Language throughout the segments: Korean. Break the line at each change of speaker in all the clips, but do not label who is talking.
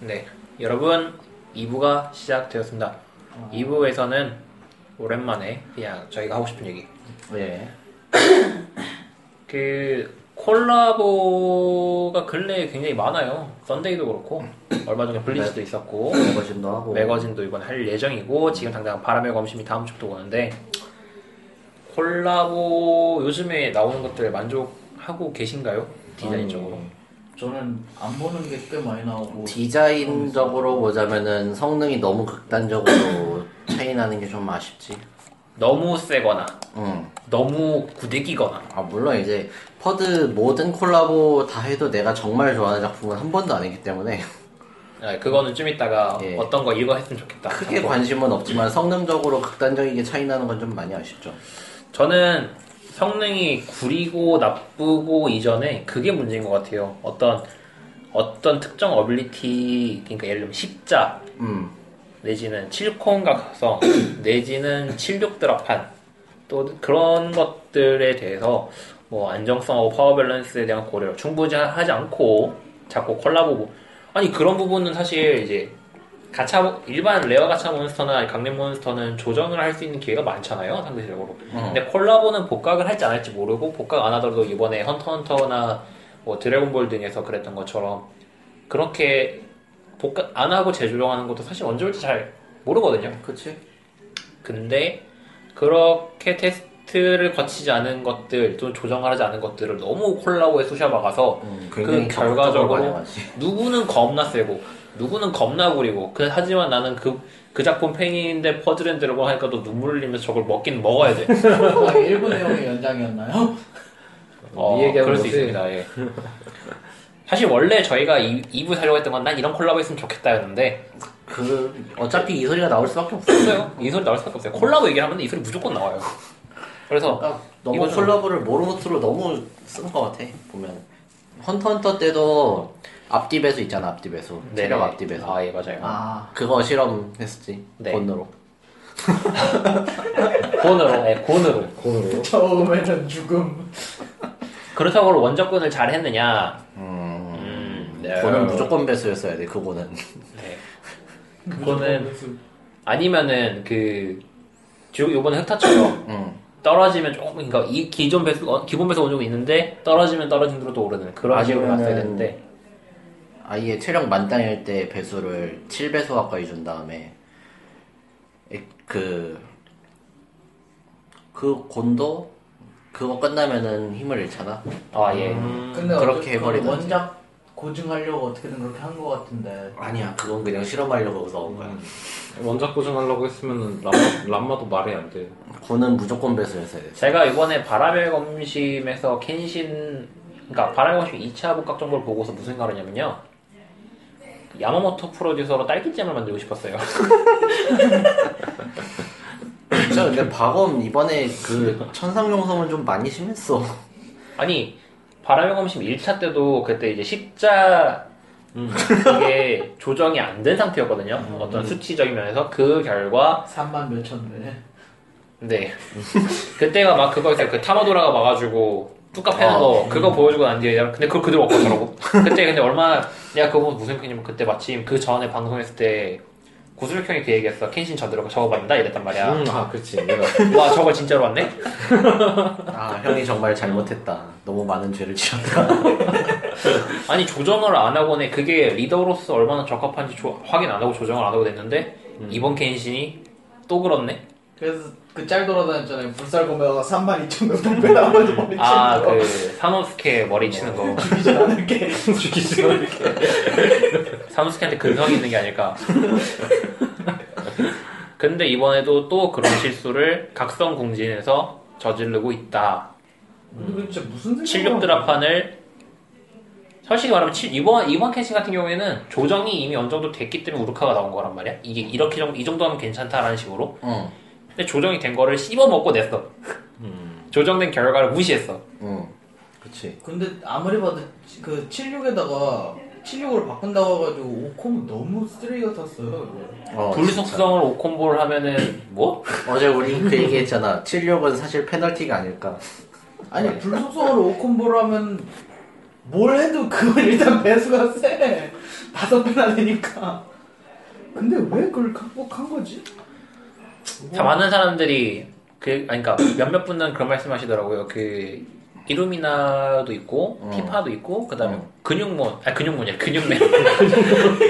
네, 여러분 2부가 시작되었습니다.
아.
2부에서는 오랜만에 그냥 저희가 하고 싶은 얘기
예.
그 콜라보가 근래에 굉장히 많아요. 썬데이도 그렇고 얼마 전에 블리츠도 있었고
매거진도 네. 하고.
매거진도 이번 할 예정이고 지금 당장 바람의 검심이 다음 주부터 오는데 콜라보 요즘에 나오는 것들 만족하고 계신가요? 디자인적으로
음.
저는 안 보는 게 꽤 많이 나오고
디자인적으로 보자면은 성능이 너무 극단적으로 차이나는 게 좀 아쉽지.
너무 세거나
응.
너무 구데기거나
아, 물론 이제 퍼드 모든 콜라보 다 해도 내가 정말 좋아하는 작품은 한 번도 아니기 때문에
아, 그거는 좀 이따가
예.
어떤 거 이거 했으면 좋겠다.
크게 관심은 없지만 성능적으로 극단적이게 차이나는 건 좀 많이 아쉽죠.
저는 성능이 구리고 나쁘고 이전에 그게 문제인 것 같아요. 어떤 어떤 특정 어빌리티 그러니까 예를 들면 십자
음.
내지는 7콘 각성 내지는 76 드랍판 또 그런 것들에 대해서 뭐 안정성하고 파워 밸런스에 대한 고려를 충분히 하지 않고 자꾸 콜라보 아니 그런 부분은 사실 이제 가차 일반 레어 가차 몬스터나 강림 몬스터는 조정을 할 수 있는 기회가 많잖아요 상대적으로 근데 콜라보는 복각을 할지 안 할지 모르고 복각 안 하더라도 이번에 헌터 헌터나 뭐 드래곤볼 등에서 그랬던 것처럼 그렇게 복각 안 하고 재조정하는 것도 사실 언제 올지 잘 모르거든요
그치?
근데 그렇게 테스트를 거치지 않은 것들 또 조정을 하지 않은 것들을 너무 콜라보에 쑤셔박아서
음,
그 결과적으로-
반영하지.
누구는 겁나 세고 누구는 겁나 구리고 그- 하지만 나는 그, 그 작품 팬인데 퍼즐앤드래곤 하니까 또 눈물 흘리면서 저걸 먹긴 먹어야 돼
아, 일본 내용의 연장이었나요?
어,
네 얘기하는
그럴 수
거지.
있습니다. 예. 사실 원래 저희가 2, 부 사려고 했던 건 난 이런 콜라보 했으면 좋겠다였는데
그 어차피 이 소리가 나올 수밖에 없어.
없어요. 이 소리 나올 수밖에 없어요. 콜라보 얘기를 하면 이 소리 무조건 나와요. 그래서
그러니까 너무
이거죠.
콜라보를 모르모트로 너무 쓴 것 같아 보면 헌터헌터 때도 앞뒤 배수 있잖아 앞뒤 배수 체력 앞뒤 배수
아예 맞아요.
아
그거 실험했었지
네.
본으로
곤으로 예, 곤으로
곤으로.
처음에는 죽음
그렇다고 그걸 원접근을 잘 했느냐?
음,
음, 네.
그거는 무조건 배수였어야 돼 그거는
네. 그거는 아니면은 그 주- 요번에 흑타처럼
음.
떨어지면 조금 그러니까 이 기존 배수 어, 기본 배수 원종이 있는데 떨어지면 떨어진 대로 또 오르는 그런 식으로
아니면은-
갔어야 되는데
아예 체력 만땅일 때 배수를 7배수 가까이 준 다음에 에- 그... 그 곤도 그거 끝나면은 힘을 잃잖아
아 예.
근데
그렇게
어쨌든
해버리던지.
원작 고증하려고 어떻게든 그렇게 한 것 같은데
아니야 그건 그냥 실험하려고 넣은 거야
원작 고정하려고 했으면 람마, 람마도 말이 안 돼.
곤은 무조건 배수였어야 돼
제가 이번에 바람의 검심에서 켄신 그러니까 바람의 검심 2차 복각 정보를 보고서 무슨 생각을 했냐면요. 야마모토 프로듀서로 딸기잼을 만들고 싶었어요.
진짜 근데 박엄 이번에 그 천상용성은 좀 많이 심했어.
아니 바람의 검심 1차 때도 그때 이제 십자 음, 이게 조정이 안 된 상태였거든요.
음.
어떤 수치적인 면에서 그 결과
3만 몇천데
네 그때가 막 그거 있어요. 그 타마도라가 와가지고 뚜까 패는
아,
거 그거 보여주고 난 뒤에 얘가 근데 그걸 그대로 먹고 저러고 그때 근데 얼마나 내가 그거 보고 무슨 생각이냐면 그때 마침 그 전에 방송했을 때 고수력 형이 그 얘기했어 켄신 저들어가 저거 받는다 이랬단 말이야
음, 아, 그치. 내가
와 저거 진짜로 왔네
아 형이 정말 잘못했다. 너무 많은 죄를 지었다.
아니 조정을 안 하고는 그게 리더로서 얼마나 적합한지 조- 확인 안 하고 조정을 안 하고 됐는데 이번 켄신이 또 그렇네
그래서 그 짤 돌아다녔잖아요 불살 고매가 3만 2천 몇 달배 나머지 머리
아 그
치는
사노스케 머리 치는 거
거 죽이지 않을게
죽이지 않을게.
사무스키한테 근성이 있는 게 아닐까. 근데 이번에도 또 그런 실수를 각성 궁진에서 저지르고 있다.
근데 그거 진짜 무슨 생각이야?
76 드라판을 솔직히 말하면 칠- 이번 이번 캐시 같은 경우에는 조정이 이미 어느 정도 됐기 때문에 우르카가 나온 거란 말이야. 이게 이렇게 정도, 이 정도 하면 괜찮다라는 식으로.
응,
근데 조정이 된 거를 씹어 먹고 냈어. 조정된 결과를 무시했어.
응, 그렇지.
근데 아무리 봐도 치- 그 76에다가 76으로 바꾼다고 해가지고 5콤 너무 쓰레기 같았어요 이거.
어,
불속성을 5콤보를 하면은 뭐?
진짜. 어제 우리 그 얘기했잖아. 76은 사실 페널티가 아닐까.
아니 불속성으로 5콤보라면 뭘 해도 그건 일단 배수가 세 다섯 배나 되니까. 근데 왜 그걸 꼭 한 거지?
참 많은 사람들이 그 아니 그러니까 몇몇 분은 그런 말씀하시더라고요. 그 이루미나도 있고
어.
피파도 있고 그다음에
어.
근육몬 아 근육몬이야 근육맨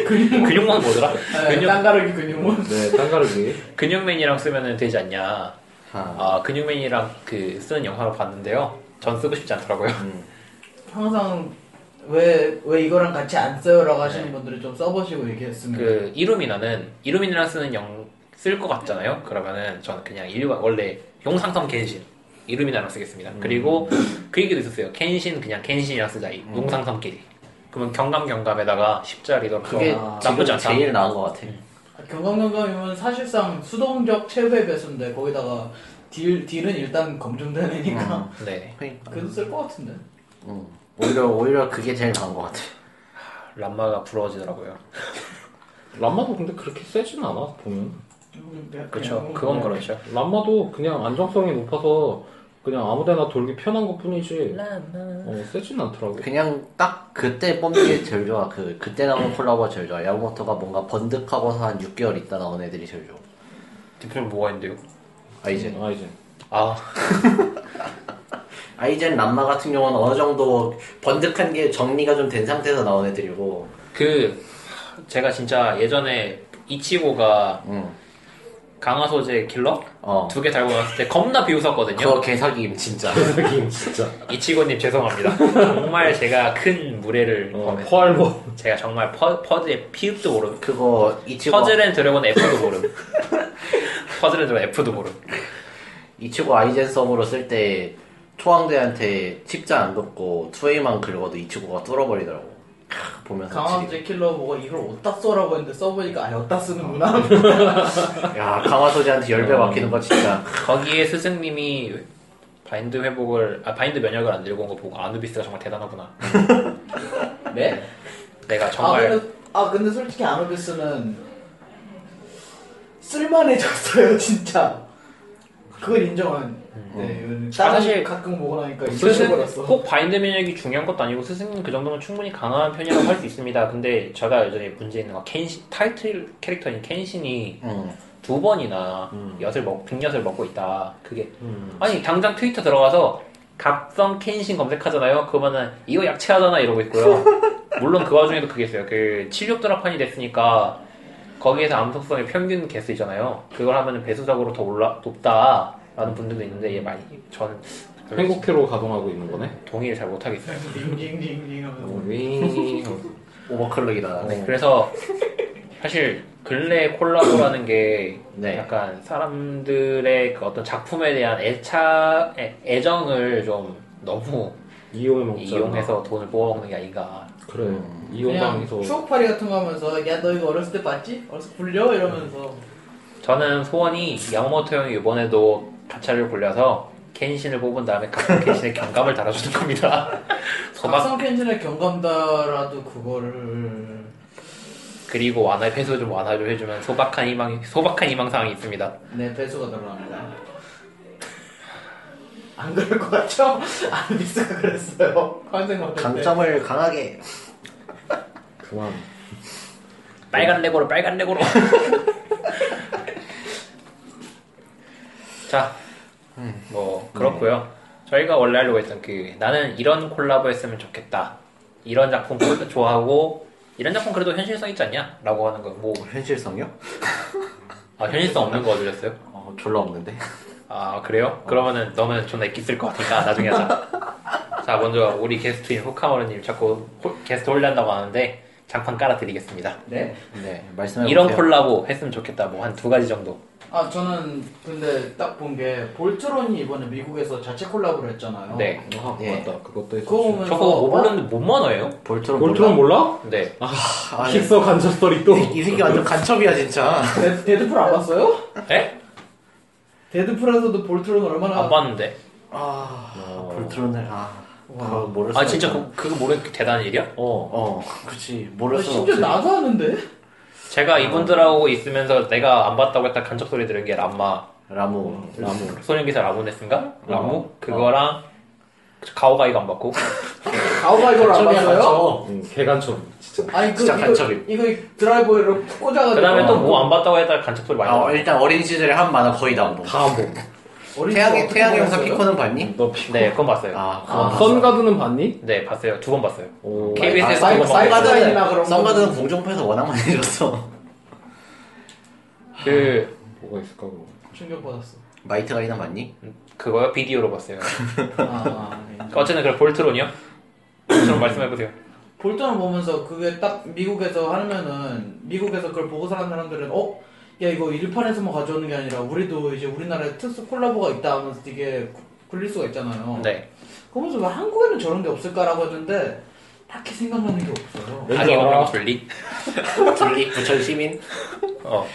근육몬 뭐더라? 아,
네,
근육
땅가르기 근육은
네, 땅가르기.
근육맨이랑 쓰면은 되지 않냐?
아,
아 근육맨이랑 그 쓰는 영상을 봤는데요. 전 쓰고 싶지 않더라고요.
음.
항상 왜 왜 이거랑 같이 안 써요라고 하시는
네.
분들은 좀 써보시고 얘기했으면.
그 이루미나는 이루미나랑 쓰는 영 쓸 것 같잖아요. 그러면은 저는 그냥 일반 원래 용상섬 켄신 이루미나랑 쓰겠습니다. 그리고 그 얘기도 있었어요. 켄신 그냥 켄신이랑 쓰자 이 용상섬끼리. 그러면 경감 경감에다가 십자리도
그게
아,
지금
나쁘지 않다.
제일 나은 것 같아.
경감경감이면 사실상 수동적 최후의 배수인데 거기다가 딜 딜은 일단 검증된 애니까.
네
그러니까.
그래도 쓸 것 같은데.
음. 오히려 오히려 그게 제일 나은 것 같아.
람마가 부러워지더라고요.
람마도 근데 그렇게 세진 않아, 보면. 네.
그렇죠. 그건 그렇죠.
람마도 그냥 안정성이 높아서 그냥 아무 데나 돌기 편한 것 뿐이지, 어, 세진 않더라고.
그냥 딱 그때 뽑는 게 제일 좋아. 그 그때 나온 콜라보가 제일 좋아. 야구모토가 뭔가 번득하고서 한 6개월 있다 나온 애들이 제일 좋아.
대표님 뭐가 있는데요?
아이젠.
아, 이제.
아
아이젠 람마 같은 경우는 어느 정도 번득한 게 정리가 좀 된 상태에서 나온 애들이고.
그 제가 진짜 예전에 이치고가
응.
강화 소재 킬러
어.
두 개 달고 나왔을 때 겁나 비웃었거든요.
그거 개사기임 진짜.
느낌 진짜.
이치고님 죄송합니다. 정말 제가 큰 무례를
어,
범했어요.
포알보.
제가 정말 퍼, 퍼즐의 피읍도 모름,
그거 이치고
퍼즐 앤 드래곤 F도 모름, 퍼즐 앤 드래곤 F도 모름.
이치고 아이젠 서브로 쓸 때 초황대한테 십자 안 긋고 투웨이만 긁어도 이치고가 뚫어버리더라고. 캬, 보면서
강화제 킬러 보고 이걸 어디다 써라고 했는데 써보니까 아예 어디다 쓰는구나.
지금. 야 강화소재한테 열배 막히는 거 진짜.
거기에 스승님이 바인드 회복을, 아, 바인드 면역을 안 들고 온 거 보고 아누비스가 정말 대단하구나.
네?
내가
아
정말
근데, 아 근데 솔직히 아노비스는 쓸만해졌어요 진짜. 그걸 인정한. 네. 이거는
아,
다른
사실 그
가끔 보고 나니까
스승,
잊어버렸어.
꼭 바인드 면역이 중요한 것도 아니고 스승님 그 정도면 충분히 강한 편이라고 할 수 있습니다. 근데 제가 예전에 문제 있는 건 켄신, 타이틀 캐릭터인 켄신이
응.
두 번이나
음.
엿을 먹, 빅엿을 먹고 있다. 그게
음.
아니 당장 트위터 들어가서 갑성 켄신 검색하잖아요. 그러면은 이거 약체하잖아 이러고 있고요. 물론 그 와중에도 그게 있어요. 그 칠육 드랍판이 됐으니까 거기에서 암석성의 평균 개수 있잖아요. 그걸 하면은 배수적으로 더 올라 높다라는 분들도 있는데 얘 많이 저는 별로
행복회로 가동하고 있는 거네.
동의를 잘 못하겠어요.
징징징징
어,
하면서.
윙.
오버클럭이다.
네, 그래서 사실 근래 콜라보라는 게
네.
약간 사람들의 그 어떤 작품에 대한 애착, 애, 애정을 좀 너무
이용해 먹자.
이용해서 돈을 모아먹는 게 아닌가.
그래.
음.
그냥
이용당해서.
추억팔이 같은 거 하면서 야 너 이거 어렸을 때 봤지? 어렸을 때 불려? 이러면서
음. 저는 소원이 야모토 형이 이번에도 가차를 굴려서 켄신을 뽑은 다음에 각성 켄신의 경감을 달아주는 겁니다. 소박
각성 캔신의 경감다라도 그거를
그리고 완화 회수 좀 완화 좀 해주면 소박한 희망 소박한 희망 사항이 있습니다.
내 배수가 늘어납니다. 안 그럴 것 같죠? 아미스가 그랬어요. 환생 못했
강점을 강하게.
그만.
빨간 레고로 빨간 레고로. 자, 뭐 그렇고요. 저희가 원래 하려고 했던 그 나는 이런 콜라보 했으면 좋겠다. 이런 작품 콜- 좋아하고 이런 작품 그래도 현실성 있지 않냐? 라고 하는 거. 뭐
어, 현실성요?
아, 현실성 없는 거 들렸어요?
어, 졸라 없는데.
아 그래요? 그러면은 너는 존나 있기 쓸것 같으니까 나중에 하자. 자 먼저 우리 게스트인 호카모르님 자꾸 호- 게스트 홀란다고 하는데 장판 깔아드리겠습니다.
네?
네, 말씀해
이런
보세요.
콜라보 했으면 좋겠다. 뭐 한 두 가지 정도.
아 저는 근데 딱 본 게 볼트론이 이번에 미국에서 자체 콜라보를 했잖아요.
네.
아,
예.
맞다. 그것도
그거
했었지.
보면서
저거
어?
오버랜드 못 만화예요?
볼트론
볼트론
몰라?
몰라?
네.
아, 네.
킥서 간접 스토리 또.
이 새끼 완전 간첩이야 진짜.
데드, 데드풀 안 봤어요?
에?
데드풀에서도 볼트론 얼마나
안 봤는데.
아,
어.
볼트론을 아,
와.
그거 모를 수.
아 진짜 그, 그거 모르는 게 대단한 일이야?
어.
어, 그렇지 모를
아,
수.
심지어 나도 하는데
제가 이분들하고 있으면서 내가 안 봤다고 했다 간첩 소리 들은 게 람마
라모, 라모.
소년기사 라모네스인가? 라무? 그거랑 가오가이가 안 받고
가오가이걸 안 봤어요?
음, 개간첩 진짜.
아니 그
진짜
이거,
간첩임.
이거 드라이버로 푹 꽂아가지고
그 다음에 또 뭐 안 봤다고 해달 간첩 소리 많이
아,
나와
일단 어린 시절에 한 만화 거의 다 안 보고.
다 안 보고.
어린 시절
태양의
어떻게
태양의 영상
보냈어요?
피코는 봤니?
너 피코.
네 그건 봤어요
아,
아,
그건 봤어.
선가드는 봤니?
네 봤어요 두 번 봤어요
오.
KBS 에서
아,
그거
선-
봤어요.
선가드는-
사이가드나 그런 거.
선가드는 공중파에서 워낙 많이 해줬어.
그
뭐가 있을까 그럼.
충격 받았어.
마이트 가이는 봤니?
그거요 비디오로 봤어요
아, 예.
어쨌든 그 볼트론이요 볼트론 말씀해보세요
볼턴을 보면서 그게 딱 미국에서 하면은 미국에서 그걸 보고 사는 사람들은 어? 야 이거 일판에서만 가져오는 게 아니라 우리도 이제 우리나라에 특수 콜라보가 있다 하면서 되게 구- 굴릴 수가 있잖아요
네
그러면서 왜 한국에는 저런 게 없을까라고 했는데 딱히 생각나는 게 없어요
왠지
악의공룡
알아.
분리
둘리 부천 시민
어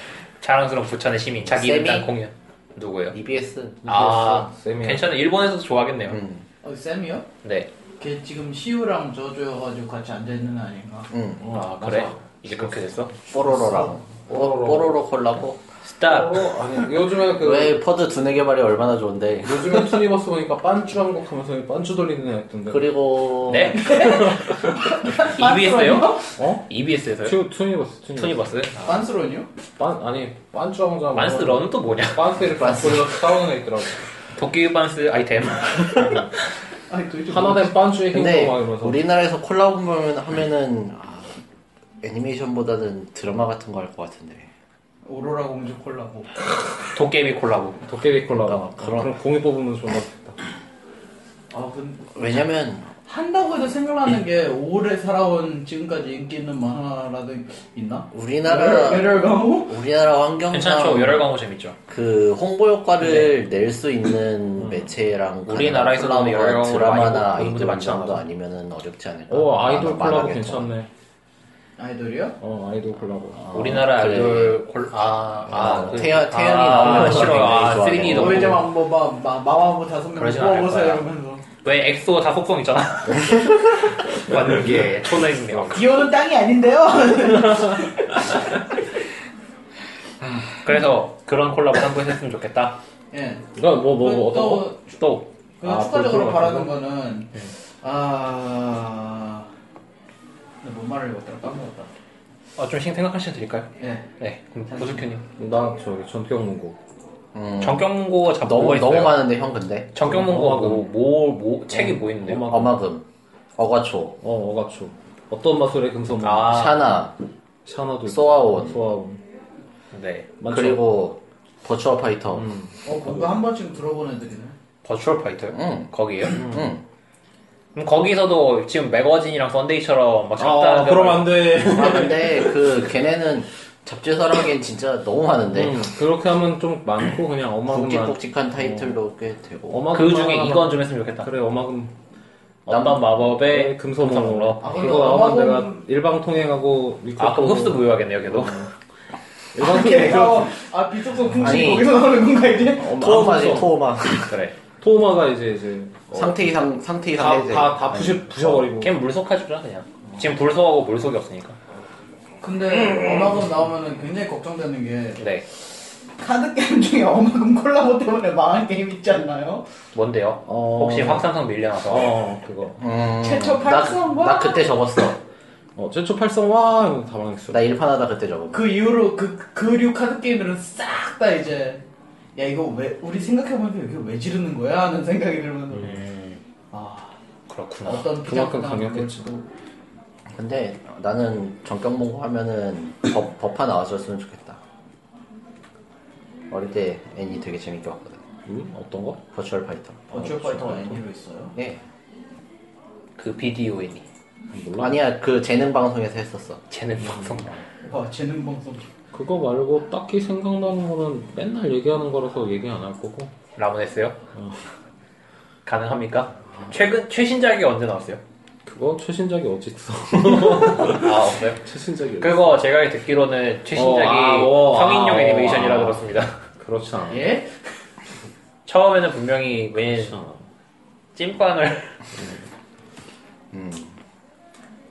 자랑스러운 부천의 시민 자기
세미?
이름 딴 공연
네.
누구예요?
E EBS.
아,
쌤이.
괜찮아 일본에서도 좋아하겠네요
응.
어, 쌤이요?
네
걔 지금 시우랑 저주여가지고 같이 앉아있는 애 아닌가?
응.
아, 그래? 이제 그렇게 됐어?
음. 뽀로로랑
뽀로로.
뽀로로 콜라보.
스탑
어, 아니 요즘에 그
왜 퍼드 두뇌 개발이 얼마나 좋은데?
요즘에 투니버스 보니까 빤쭈 한국하면서 빤쭈 돌리는 애 있던데.
그리고
네?
아,
EBS요?
어?
네?
EBS에서요?
투 투니버스 투니버스.
투니버스?
빤스런이요?
빤 아니 빤쭈 한국하면.
만스 런은 또 뭐냐?
빤스를
빤스.
빤스로 싸우는 애 있더라고.
도끼 반스 아이템
아니 도대체
하나된 빤쭈의
근데
행동 막 이러면서.
우리나라에서 콜라보 보면 하면은 아, 애니메이션보다는 드라마 같은 거 할 것 같은데.
오로라 공주 콜라보
도깨비 콜라보
도깨비 콜라보.
아, 그럼.
그럼 공이 뽑으면 존나 좋겠다.
아 근데
왜냐면
한다고 해도 생각나는 게 오래 살아온 지금까지 인기 있는 만화라도 있나? 네?
우리나라
열혈강호?
우리나라 환경상
괜찮죠? 열혈광호 재밌죠?
그 홍보 효과를 낼 수
음.
있는 매체랑
우리나라에서도
가능한 콜라보가
열광을
드라마나
많이 보는 분들
아이돌
많지
정도
않아서.
아니면은 어렵지 않을까.
오 아이돌
만화,
콜라보
만화겠죠.
괜찮네.
아이돌이요?
어 아이돌 콜라보.
어,
우리나라
그래.
아이돌 콜... 아... 아...
어,
그-
태연- 태연이
아,
나오면
싫어요 아 3D
굉장히 좋아하네.
너무
노예 좀 한번 봐, 뭐, 마, 마마무 다섯 명
그러진 않을
뽑아보세요
거야.
이러면서
왜 엑소 다 속성 있잖아 완벽해 초능력
기호는 땅이 아닌데요?
그래서 그런 콜라보 한번 했으면 좋겠다
예.
그러니까 뭐뭐 뭐 어떤 거?
또,
또
그
아,
추가적으로
또
바라는
들어가는
거는 아... 근데 뭔 말을 못더라 까먹었다
어, 좀 신- 생각할 시간 드릴까요?
예.
네 그럼 보수큐님
나 저기 전태용문고.
음.
정경문고 잡고
너무
있어요
너무 많은데 형
음.
근데
정경문고
어마금.
뭐, 뭐, 뭐 책이
음.
뭐 있는데요?
어마금.
어마금 어과초
어 어가초. 어떤 마술의 금성문.
아.
샤나
샤나도.
소아온.
소아온.
네
많죠?
그리고 버추어 파이터
음.
어 뭔가 한 번쯤 들어본 애들이네
버추얼 파이터요?
응.
거기에요?
음.
응.
그럼 거기서도 지금 매거진이랑 썬데이처럼 막 잡다
아 그럼 안 돼.
아 근데 그 걔네는 잡지사랑엔 진짜 너무 많은데
네.
음, 그렇게 하면 좀 많고 그냥 어마금만.
굵직굵직한 타이틀도 꽤 되고
어마금.
그 중에 이건 좀 했으면 좋겠다
그래 어마금. 네,
어떤 마법의
금소몽으로.
금성으로
아, 근데
이거 나오면
어마금-
내가 일방 통행하고 음. 미국.
아 그럼 흡수 무효하겠네요 걔도
일방
오케이.
통행.
아, 아 비속성 풍신
아니.
거기서 나오는 건가 이게?
어, 토마지
안
토마
그래
토마가 이제 이제 어,
상태 이상 상태 이상 해제.
다다
네.
다 부셔 부셔버리고.
걔는 물속하주라 그냥 지금 불속하고 물속이 없으니까
근데 어마금 나오면은 굉장히 걱정되는 게
네
카드 게임 중에 어마금 콜라보 때문에 망한 게임 있지 않나요?
뭔데요?
어.
혹시 확산성 밀려나서
어 그거.
음,
최초
나,
팔성 와.
나 그때 적었어
어 최초 팔성 와 이거 다
네.
망했어.
나 일판하다 그때 적었어
그 이후로 그 그류 카드 게임들은 싹 다 이제 야 이거 왜 우리 생각해보니까 이게 왜 지르는 거야 하는 생각이 들면서
음
아
그렇구나
어떤 뭐 비장한
그만큼 강력했지.
걸 주고.
근데 나는 전격보고 하면은 법, 법화 나왔었으면 좋겠다 어릴 때 애니 되게 재밌게 봤거든
음? 어떤 거?
버추얼 파이터
버추얼 파이터가 애니로 있어요.
예.
그 비디오이니
몰라.
아니야 그 재능 방송에서 했었어
음.
재능 방송
와 재능 방송.
그거 말고 딱히 생각나는 거는 맨날 얘기하는 거라서 얘기 안 할 거고.
라모네스요?
어.
가능합니까? 최근 최신작이 언제 나왔어요?
그건 최신작이 어디 있어?
아 없어요?
최신작이. 어디
그리고 제가 듣기로는 최신작이
어, 아, 어,
성인용
아, 어,
애니메이션이라
아.
들었습니다.
있어? 그렇지 않아.
예?
처음에는 분명히 웬
그렇지 않아.
찐빵을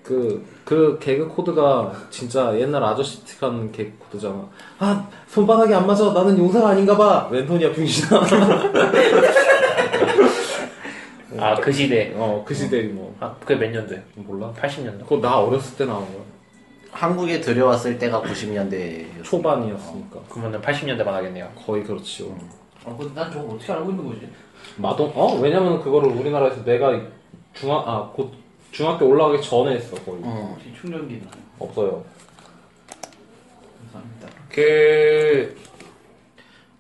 그, 그 개그 코드가 진짜 옛날 아저씨 틱한 개그 코드잖아. 아, 손바닥이 안 맞아. 나는 용사가 아닌가 봐. 왼손이야, 병신아. 어,
아 그 시대.
어, 그 시대 뭐
아 그게 몇 년도예요?
몰라.
80년도.
그거 나 어렸을 때 나온 거야.
한국에 들여왔을 때가 90년대
초반이었으니까
그러면은 80년대만 하겠네요.
거의 그렇지요.
아, 근데 난 저거 어떻게 알고 있는 거지?
마동 어 왜냐면 그거를 우리나라에서 내가 중학 아곧 중학교 올라가기 전에 했어 거의
어.
혹시 충전기 있나요?
없어요.
감사합니다.
그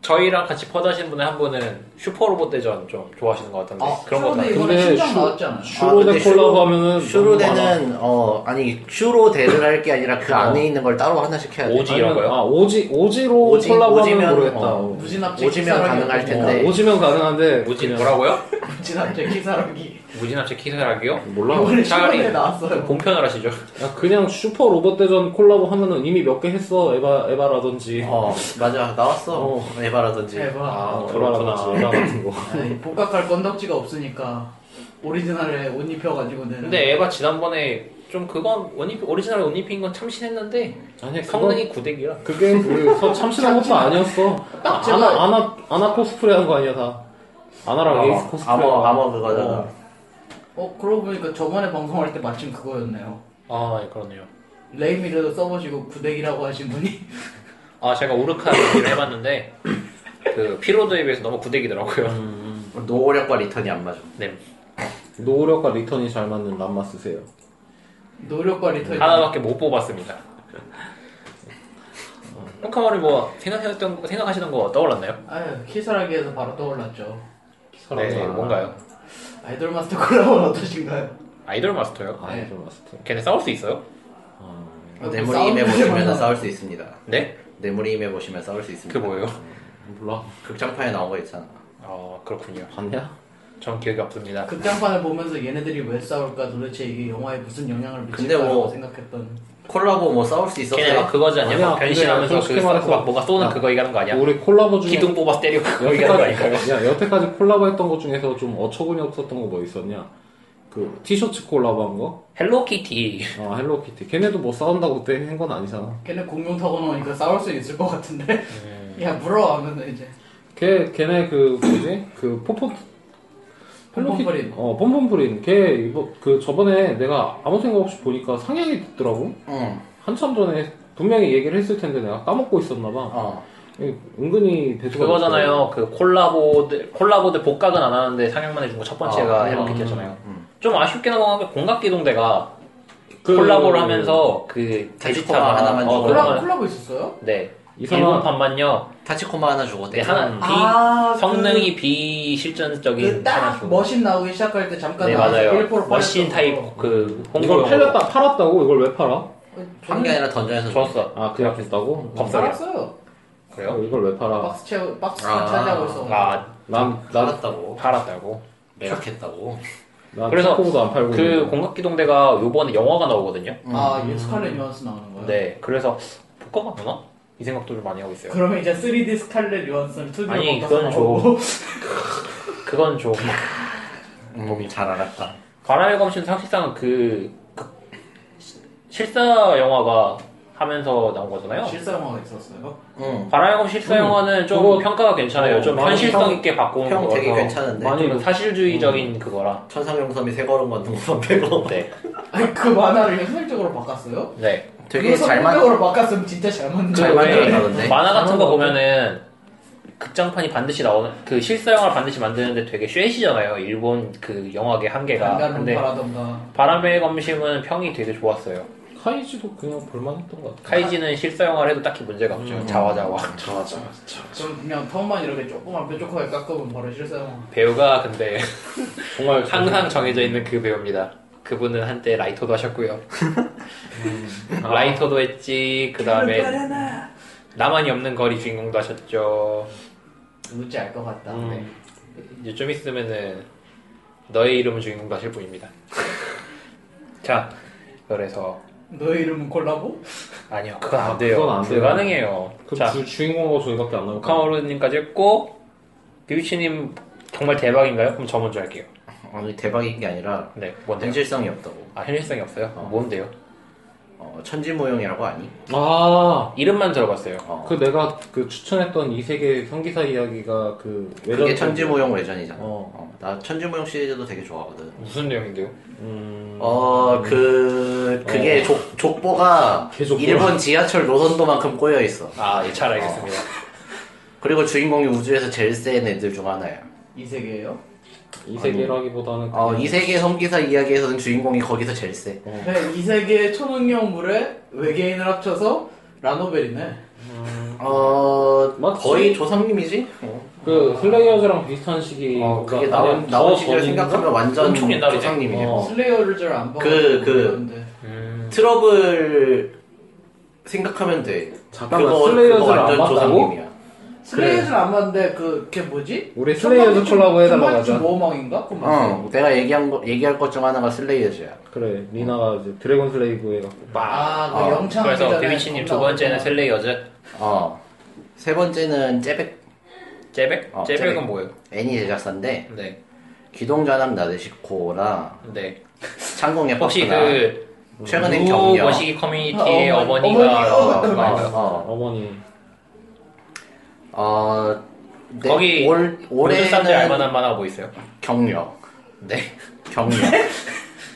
저희랑 같이 퍼다신 분의 한 분은 슈퍼로봇 대전 좀 좋아하시는 것 같던데
아,
그런 거
슈퍼로봇
다.
이번에 신작 나왔잖아요.
슈로데
아, 근데
콜라보 하면은
슈로데는 어 아니 슈로데를 할 게 아니라
어.
그 안에 있는 걸 따로 하나씩 해야 돼
오지 이런 거요?
아 오지 오지로
오지-
콜라보
오지면,
하면 모르겠다.
어,
무진압제
오지면 가능할 텐데
어, 오지면 가능한데
무진
그냥-
뭐라고요?
무진압제 키사라기.
무진합체 키사라기요?
몰라.
이번에
차라리
신작에 나왔어요.
본편을 하시죠.
야, 그냥 슈퍼 로봇 대전 콜라보 하면은 이미 몇 개 했어 에바 에바라든지
어 맞아 나왔어
어.
에바라든지
대박.
아
그렇구나.
에바라든지 에바 같은 거.
아이, 복각할 건덕지가 없으니까 오리지널에 옷 입혀가지고 내는.
근데 에바 지난번에 좀 그건 원입 오리지널 원입인 건 참신했는데
아니
성능이 구대기라.
그게 그 서- 참신한 것도 아니었어.
딱 제가-
아나 아나 아나 코스프레 한 거 아니야 다. 아나랑 에이스
아머
코스프레.
아머 아머 그거잖아
어.
어 그러고 보니까 저번에 방송할 때 마침 그거였네요.
아 예, 그러네요.
레이미를 써보시고 구데기라고 하신 분이
아 제가 우르카 얘기를 해봤는데 그 피로도에 비해서 너무 구대기더라고요.
노력과 리턴이 안 맞아
네
노력과 리턴이 잘 맞는 람마 쓰세요.
노력과 리턴.
하나밖에 못 뽑았습니다. 평카머리 뭐 생각했던 생각하시던 거 떠올랐나요?
아유 키사라기에서 바로 떠올랐죠.
네 뭔가요?
아이돌 마스터 콜라보는 어떠신가요?
아이돌 마스터요.
아, 좀 마스터.
걔네 싸울 수 있어요?
뇌물이 임해 보시면 싸울 수 있습니다
네?
뇌물이 임해 보시면 싸울 수 있습니다
그게 뭐예요?
몰라.
극장판에 나온 거 있잖아
아 그렇군요.
봤냐?
전 기억이 없습니다.
극장판을 보면서 얘네들이 왜 싸울까 도대체 이게 영화에 무슨 영향을
근데
미칠까라고
뭐-
생각했던
콜라보 뭐 싸울 수 있었어요
걔네 막 그거지 않냐?
아니야,
막 변신하면서
근데
그
솔직히 말해서-
막 뭐가 쏘는
야.
그거 얘기하는 거 아니야?
우리 콜라보 중에
기둥 뽑아서 때리고 그거 얘기하는 거 아닐까요?
여태까지 야 여태까지 콜라보했던 것 중에서 좀 어처구니 없었던 거 뭐 있었냐? 그 티셔츠 콜라보한 거?
헬로키티
어 헬로키티. 걔네도 뭐 싸운다고 그때 한 건 아니잖아.
걔네 공룡 타고 나오니까 싸울 수 있을 것 같은데 야 물어와면 이제
걔 걔네 그 뭐지? 그 포포 헬로키-
폼폼프린.
어 폼폼프린. 걔 이거 그 저번에 내가 아무 생각 없이 보니까 상향이 됐더라고.
응
한참 전에 분명히 얘기를 했을 텐데 내가 까먹고 있었나 봐.
어.
은근히 배수가
그거잖아요. 그 콜라보들 콜라보들 복각은 안 하는데 상영만 해준 거 첫 번째가
아,
헬로키티였잖아요.
음.
좀 아쉽게 넘어간 게 공각기동대가
그-
콜라보를 하면서 그
데지코마
데지코마
하나만
어,
주고.
그러면-
콜라, 콜라보 있었어요?
네
이상한-
일본판만요.
타치코마 하나 주고
네 하나 비
아,
성능이 비실전적인
그딱
하나죠.
머신 나오기 시작할 때 잠깐
네
나와서
맞아요.
1%
머신
빠졌던
타입
거.
그
이걸
홍보용으로
팔렸다 팔았다고 이걸 왜 팔아?
한게 아니라 던전에서
줬어.
아 그냥 했다고?
검사.
살았어요.
음. 그래요?
이걸 왜 팔아?
박스 채우 박스
아.
차지하고 있어.
어. 아
난난
팔았다고
팔았다고.
매각했다고
아, 그래서
초코보도 안 팔고
그
있는데.
공각기동대가 요번에 영화가 나오거든요.
아, 이게 스칼렛 유한스 나오는 거야.
네, 그래서 복각은 되나? 이 생각도 좀 많이 하고 있어요.
그러면 이제 3D 스칼렛 유한스를 2D로
아니, 그건 그건 좀
몸이 잘 알았다
바람의 검신 사실상 그, 그 시- 실사 영화가 하면서 나온 거잖아요.
실사 영화가 있었어요.
응
바람의 검신 실사
음,
영화는 좀
그거-
평가가 괜찮아요.
어,
좀
많이
현실성
평-
있게 바꾸는
평
거라서
되게 괜찮은데
많이
좀 사실주의적인 그거라.
천상용섬이 세 걸음 걷는 것만 빼고
네,
아니, 그 만화를 현실적으로 바꿨어요?
네.
되게 잘 맞...
현실적으로 바꿨으면 진짜 잘 맞는
잘
거예요. 네.
만들었다던데
만화 같은 거
거
보면은 극장판이 반드시 나오는 그 실사 영화를 반드시 만드는데 되게 쉐시잖아요. 일본 그 영화계 한계가.
간간을
근데
바라던가.
바람의 검심은 평이 되게 좋았어요.
카이지도 그냥 볼만했던 것 같아.
카이지는 실사 영화를 해도 딱히 문제가 없죠. 자와자와.
맞아.
저는 그냥 턱만 이렇게 조금만 뾰족하게 깎으면 바로 실사 영화.
배우가 근데
정말
항상 정해져 있는 그 배우입니다. 그분은 한때 라이터도 하셨고요.
음.
라이터도 했지. 그 다음에 나만이 없는 거리 주인공도 하셨죠.
누군지 알 것 같다.
네. 이제 좀 있으면은 너의 이름은 주인공도 하실 분입니다. 자, 그래서
너의 이름은 콜라보?
아니요, 그건 안
아,
돼요.
그건 안 돼요.
불가능해요. 자,
그주 주인공하고 저희밖에 안 나오고.
카오르님까지 했고 비비치님 정말 대박인가요? 그럼 저 먼저 할게요.
아니 대박인 게 아니라
네, 뭔데요?
현실성이 없다고
어.
아, 현실성이 없어요? 뭔데요?
어, 천지모형이라고 아니?
아,
이름만 들어봤어요.
어,
그 내가 그 추천했던 이 세계 형기사 이야기가 그
그게 천지모형 외전이잖아.
어.
어, 나 천지모형 시리즈도 되게 좋아하거든.
무슨 내용인데요?
음,
어, 그, 그게 족, 족보가
개족보.
일본 지하철 노선도만큼 꼬여있어.
아, 예, 잘 알겠습니다.
그리고 주인공이 우주에서 제일 센 애들 중 하나야.
이 세계예요?
이 세계라기보다는
어,
그냥-
이 세계 성기사 이야기에서는 주인공이 거기서 제일 세.
네, 이 세계의 초능력 물에 외계인을 합쳐서 라노벨이네.
음. 어,
맞지?
거의 조상님이지?
그 슬레이어즈랑 비슷한 시기
어, 그게 나온, 나온 시기를 생각하면 완전
그러니까 엄청 옛날이지.
조상님이에요.
어.
슬레이어를 잘 안 봐.
그, 그.
음,
트러블 생각하면 돼.
잠깐만,
그거-
슬레이어즈를
그거 완전
안 봤다고?
조상님이야. 그.
슬레이어를 안 봤는데 그걔 뭐지?
우리 슬레이어즈 콜라보 해달라고 하자.
모험왕인가? 그거 맞지?
어, 내가 얘기한 거, 얘기할 것 중 하나가 슬레이어즈야.
그래 리나가 이제 드래곤 슬레이브 해갖고
아,
아, 그
어,
영창
그래서
전에
데비치님 두
겁나
번째는
오랫동안-
슬레이어즈,
어. 세 번째는 째백
제백?
어,
제백은
제백.
뭐예요?
애니 제작사인데
네,
기동전함 나데시코랑
네.
창공의
혹시
버스나
그
최근엔
무
경력
머시기 아. 커뮤니티의
아, 어머-
어머니가
어머니가
나왔던
어,
거예요.
어,
어머니
어, 네,
거기
올,
모든 사람들이
올해는
알만한 만화가 뭐 있어요?
경력 네 경력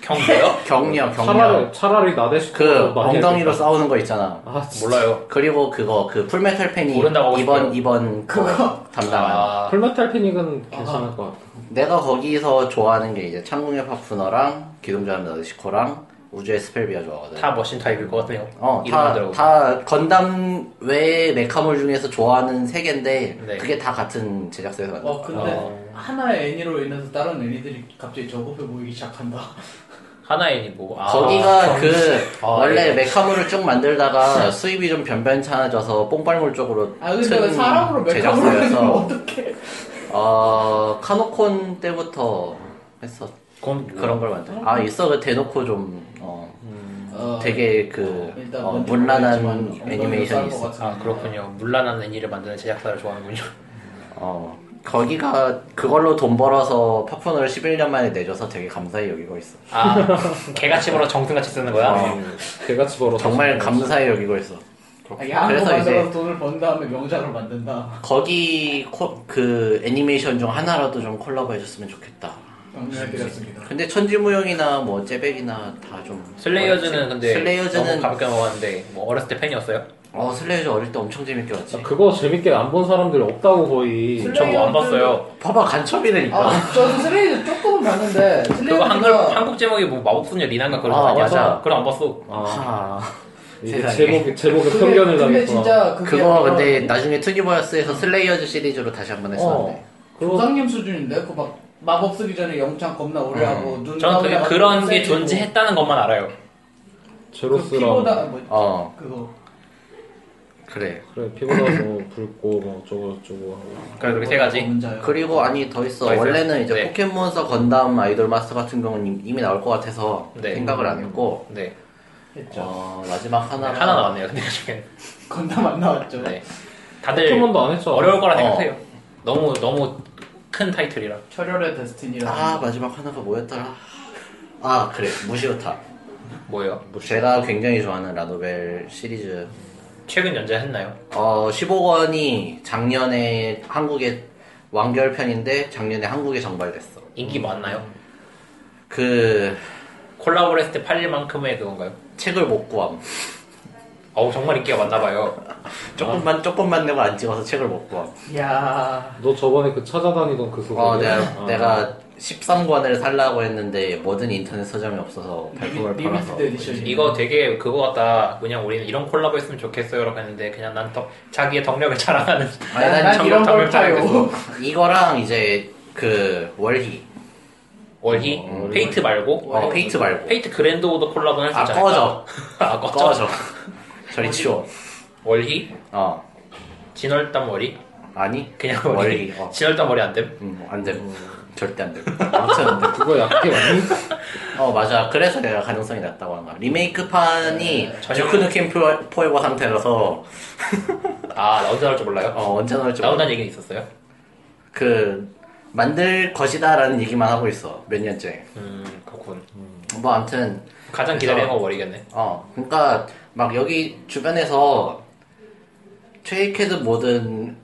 경제요?
경력 경력
차라리 차라리 나대식
그
뭐
엉덩이로 싸우는 거 있잖아
아 진짜.
몰라요.
그리고 그거 그 풀메탈 팬이
모른다고 하고 싶어요.
이번 이번 그거 담당한
아,
풀메탈 패닉은 괜찮을 것 같아.
내가 거기서 좋아하는 게 이제 창궁의 파푸너랑 기동전함 나데시코랑 우주의 스펠비아 좋아하거든
다 머신 타입일 것 같네요.
어,
이름만
다,
들어보면.
다 건담 외의 메카몰 중에서 좋아하는 세 개인데
네.
그게 다 같은 제작사에서 만든
어
거.
근데 하나의 애니로 인해서 다른 애니들이 갑자기 저급해 보이기 시작한다.
하나인이 뭐. 아,
거기가 그
아, 네.
원래
예.
메카물을 쭉 만들다가 수입이 좀 변변찮아져서 뽕발물 쪽으로
아 근데 왜 사람으로 메카로 해서
제작사여서
어떻게?
어 카노콘 때부터 했어
그건
그런 걸 만들 아
음.
있어 그 대놓고 좀 어, 되게 그
아, 일단
어,
뭔지
문란한
모르겠지만
애니메이션이
엉덩이로 싸울 것
있어
같은데.
아, 그렇군요. 물란한 애니를 만드는 제작사를 좋아하는군요.
어 거기가 그걸로 돈 벌어서 파푼을 11년 만에 내줘서 되게 감사히 여기고 있어
아, 개같이 벌어 정승같이 쓰는 거야? 음,
어.
개같이 벌어.
정말 감사히 여기고 있어.
아, 야한 거
그래서
만들어서
이제
돈을 번 다음에 명작을 만든다.
거기 코- 그 애니메이션 중 하나라도 좀 콜라보 해줬으면 좋겠다.
명작이었습니다.
근데 천지무용이나 뭐 째백이나 다 좀
슬레이어즈는
어렵지.
근데
슬레이어즈는
너무 가볍게 넘어갔는데 뭐 어렸을 때 팬이었어요?
어 슬레이어즈 어릴 때 엄청 재밌게 봤지.
아, 그거 재밌게 안 본 사람들이 없다고 거의.
슬레-
전 뭐 안 봤어요.
봐봐 간첩이라니까.
아, 저도 슬레이드 조금은 봤는데
그거
슬레이드가
한글 한국 제목이 뭐 마법소녀 리나인가 그런
아,
거 아니야?
맞아.
그럼 안 봤어.
아
아,
이게
세상에.
제목에 제목에
근데-
편견을
근데
당했구나.
진짜 그게 음.
그거
약간
근데 나중에 투니버스에서 슬레이어즈 시리즈로 다시 한번 했었는데.
그거
조상님 수준인데 그막 마법 쓰기 전에 영창 겁나 오래 하고 어, 눈
음. 저는
감으면
그냥
막
그런 게
세지고.
존재했다는 것만 알아요.
그 피보다
제로스랑
뭐
어
그거
그래.
그래 피곤하고 붉고 뭐 어쩌고 저쩌고 하고.
그래서 그세 가지.
문자요.
그리고 아니 더 있어.
더 있어요?
원래는 이제
네.
포켓몬스터 건담 아이돌 마스터 같은 경우는 이미 나올 것 같아서
네.
생각을
음.
안 했고
네.
했죠.
어, 마지막 하나
하나 나왔네요. 근데 지금
건담 안 나왔죠.
네. 다들
포켓몬도 안 했잖아.
어려울 거라
어.
생각해요. 너무 너무 큰 타이틀이라.
철혈의 데스티니라.
아 마지막 하나가 뭐였더라 아 그래 무시오타
뭐예요?
제가 굉장히 좋아하는 라노벨 시리즈
최근 연재했나요?
어 15권이 작년에 한국에 완결편인데 작년에 한국에 정발됐어
인기 많나요?
그
콜라보를 했을 때 팔릴 만큼의 그건가요?
책을 못 구함
어우 정말 인기가 많나 봐요.
조금만 조금만 내고 안 찍어서 책을 못 구함
야.
너 저번에 그 찾아다니던 그 소설.
어 내가 내가 13권을 살라고 했는데 모든 인터넷 서점이 없어서 발품을
리미-
팔아서
리미티드 에디션이.
이거 되게 그거 같다. 그냥 우리는 이런 콜라보 했으면 좋겠어요라고 했는데 그냥 난 덕, 자기의 덕력을 자랑하는
아니, 난
난
참고
이런 걸
답을 잘
타요.
이거랑 이제 그 월희
월희
어,
페이트 말고
어, 페이트 말고
페이트 그랜드 오더 콜라보 할수
아
있잖아요.
꺼져
아 꺼져.
꺼져 저리 치워
월희
어
진월담 월희
아니
그냥 월희
월희 어.
진월담 월희 안됨
음, 안돼 절대 안돼 아무튼 안 돼.
그거 약해 많이.
어 맞아 그래서 내가 가능성이 낮다고 한 거야 리메이크판이
네, 전혀-
주크누킨 포- 포에버 상태라서
아 나온다 할줄 몰라요.
어 언제 나올지 몰라
나온다는 얘기는 있었어요.
그 만들 것이다라는 얘기만 하고 있어 몇 년째
음 그렇군.
뭐 아무튼
가장 기다리는 건 월이겠네.
어, 그러니까 막 여기 주변에서 트레이캐드 뭐든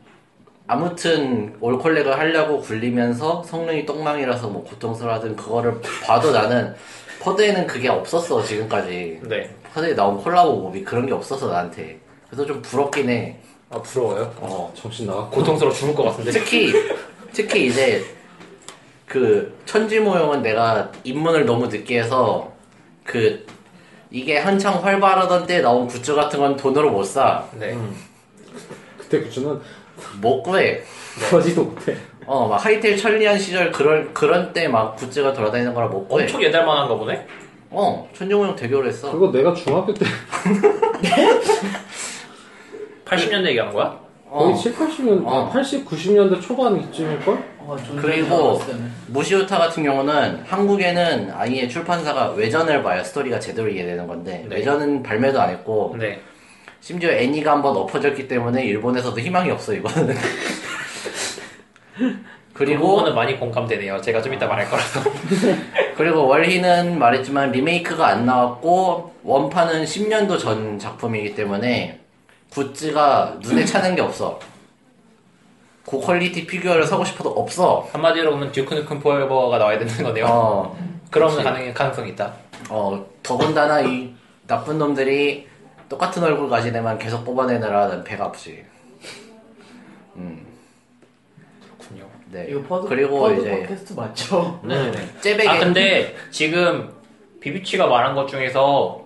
아무튼 올콜렉을 하려고 굴리면서 성능이 똥망이라서 뭐 고통스러워하든 그거를 봐도 나는 퍼드에는 그게 없었어 지금까지
네.
퍼드에 나온 콜라보 몹이 그런 게 없었어 나한테 그래서 좀 부럽긴 해
아 부러워요.
어.
정신 나갔고
고통스러워 죽을 것 같은데.
특히 특히 이제 그 천지 모형은 내가 입문을 너무 늦게 해서 그 이게 한창 활발하던 때 나온 굿즈 같은 건 돈으로 못 사.
네.
그때 구주는
못 구해.
구하지도 못해
어, 막 하이텔 천리안 시절 그런 그런 때 막 굿즈가 돌아다니는 거라 못 구해.
엄청 옛날만한가 보네.
어, 천지 모형 되게 오래 했어.
그리고 내가 중학교 때
80년대 얘기한 거야?
거의
어.
7, 80년,
어.
80, 90년대 초반쯤일걸?
어, 존재
그리고-
나왔을 때는.
무시우타 같은 경우는 한국에는 아예 출판사가 외전을 봐야 스토리가 제대로 이해되는 건데
네.
외전은 발매도 안 했고
네.
심지어 애니가 한번 엎어졌기 때문에 일본에서도 희망이 없어 이거는.
그리고
그리고
부분은 많이 공감되네요. 제가 좀 이따 말할 거라서.
그리고 월희는 말했지만 리메이크가 안 나왔고 원판은 10년도 전 작품이기 때문에 굿즈가 눈에 차는 게 없어. 고퀄리티 피규어를 사고 싶어도 없어.
한마디로 보면 듀크 누큰 포에버가 나와야 되는 거네요.
어,
아, 그러면 가능 가능성이 있다.
어, 더군다나 이 나쁜 놈들이 똑같은 얼굴 가진 애만 계속 뽑아내느라 난 배가 아프지.
그렇군요.
네.
이거 퍼드,
그리고
퍼드
이제
팟캐스트 맞죠?
네네네.
째배게
아 근데 지금 비비치가 말한 것 중에서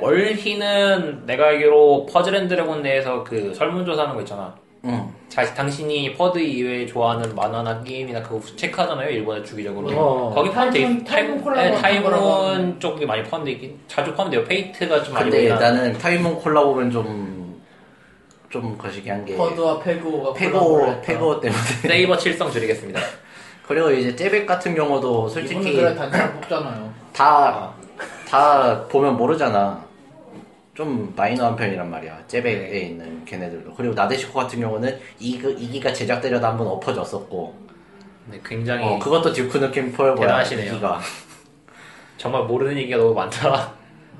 월희는 내가 알기로 퍼즐앤드래곤 내에서 그 설문조사하는 거 있잖아.
응.
자, 당신이 퍼드 이외에 좋아하는 만화나 게임이나 그거 체크하잖아요 일본에 주기적으로.
어.
거기 포함돼 있-
타임은- 타임은 콜라보
네,
같은 거라고
타임은
하는데.
쪽이 많이 포함돼 있긴 자주 포함돼요. 페이트가 좀 많이
근데
보이나.
나는 타이밍 콜라보는 좀, 좀 거시기한 게.
퍼드와 페고가
페고,
콜라보를
페고 때문에.
세이버 칠성 줄이겠습니다.
그리고 이제 째백 같은 경우도
했다. 이분은
솔직히
그래 단체로 뽑잖아요.
다, 다 보면 모르잖아. 좀 마이너한 편이란 말이야. 째백에
네.
있는 걔네들도. 그리고 나데시코 같은 경우는 이기가 제작되려다 한 번 엎어졌었고.
네, 굉장히
어, 그것도 듀크 느낌 포였고.
대단하시네요.
이기가.
정말 모르는 얘기가 너무 많더라.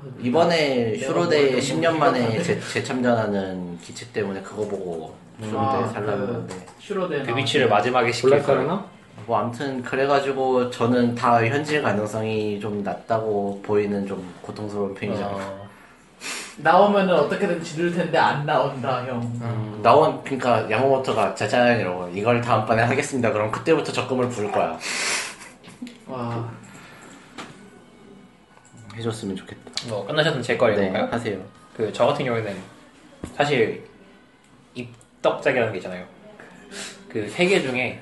네.
이번에
내가
슈로데이
뭘
10년
너무
만에
생각하네.
재, 재참전하는 기체 때문에 그거 보고 슈로데이
아,
살라는
그
건데.
슈로데
비비치를 그 마지막에 시킬
블랙
거예요.
사르나?
뭐 아무튼 그래가지고 저는 다 현질 가능성이 좀 낮다고 보이는 좀 고통스러운 편이죠.
어,
나오면은 어떻게든 지를 텐데 안 나온다 형.
음. 나온 그러니까 야마모토가 짜잔 이러고 이걸 다음번에 하겠습니다. 그럼 그때부터 적금을 부을 거야.
와
해줬으면 좋겠다.
뭐 끝나셨으면 제 거예요.
네, 하세요.
그 저 같은 경우에는 사실 입덕작이라는 게 있잖아요. 그 세 개 중에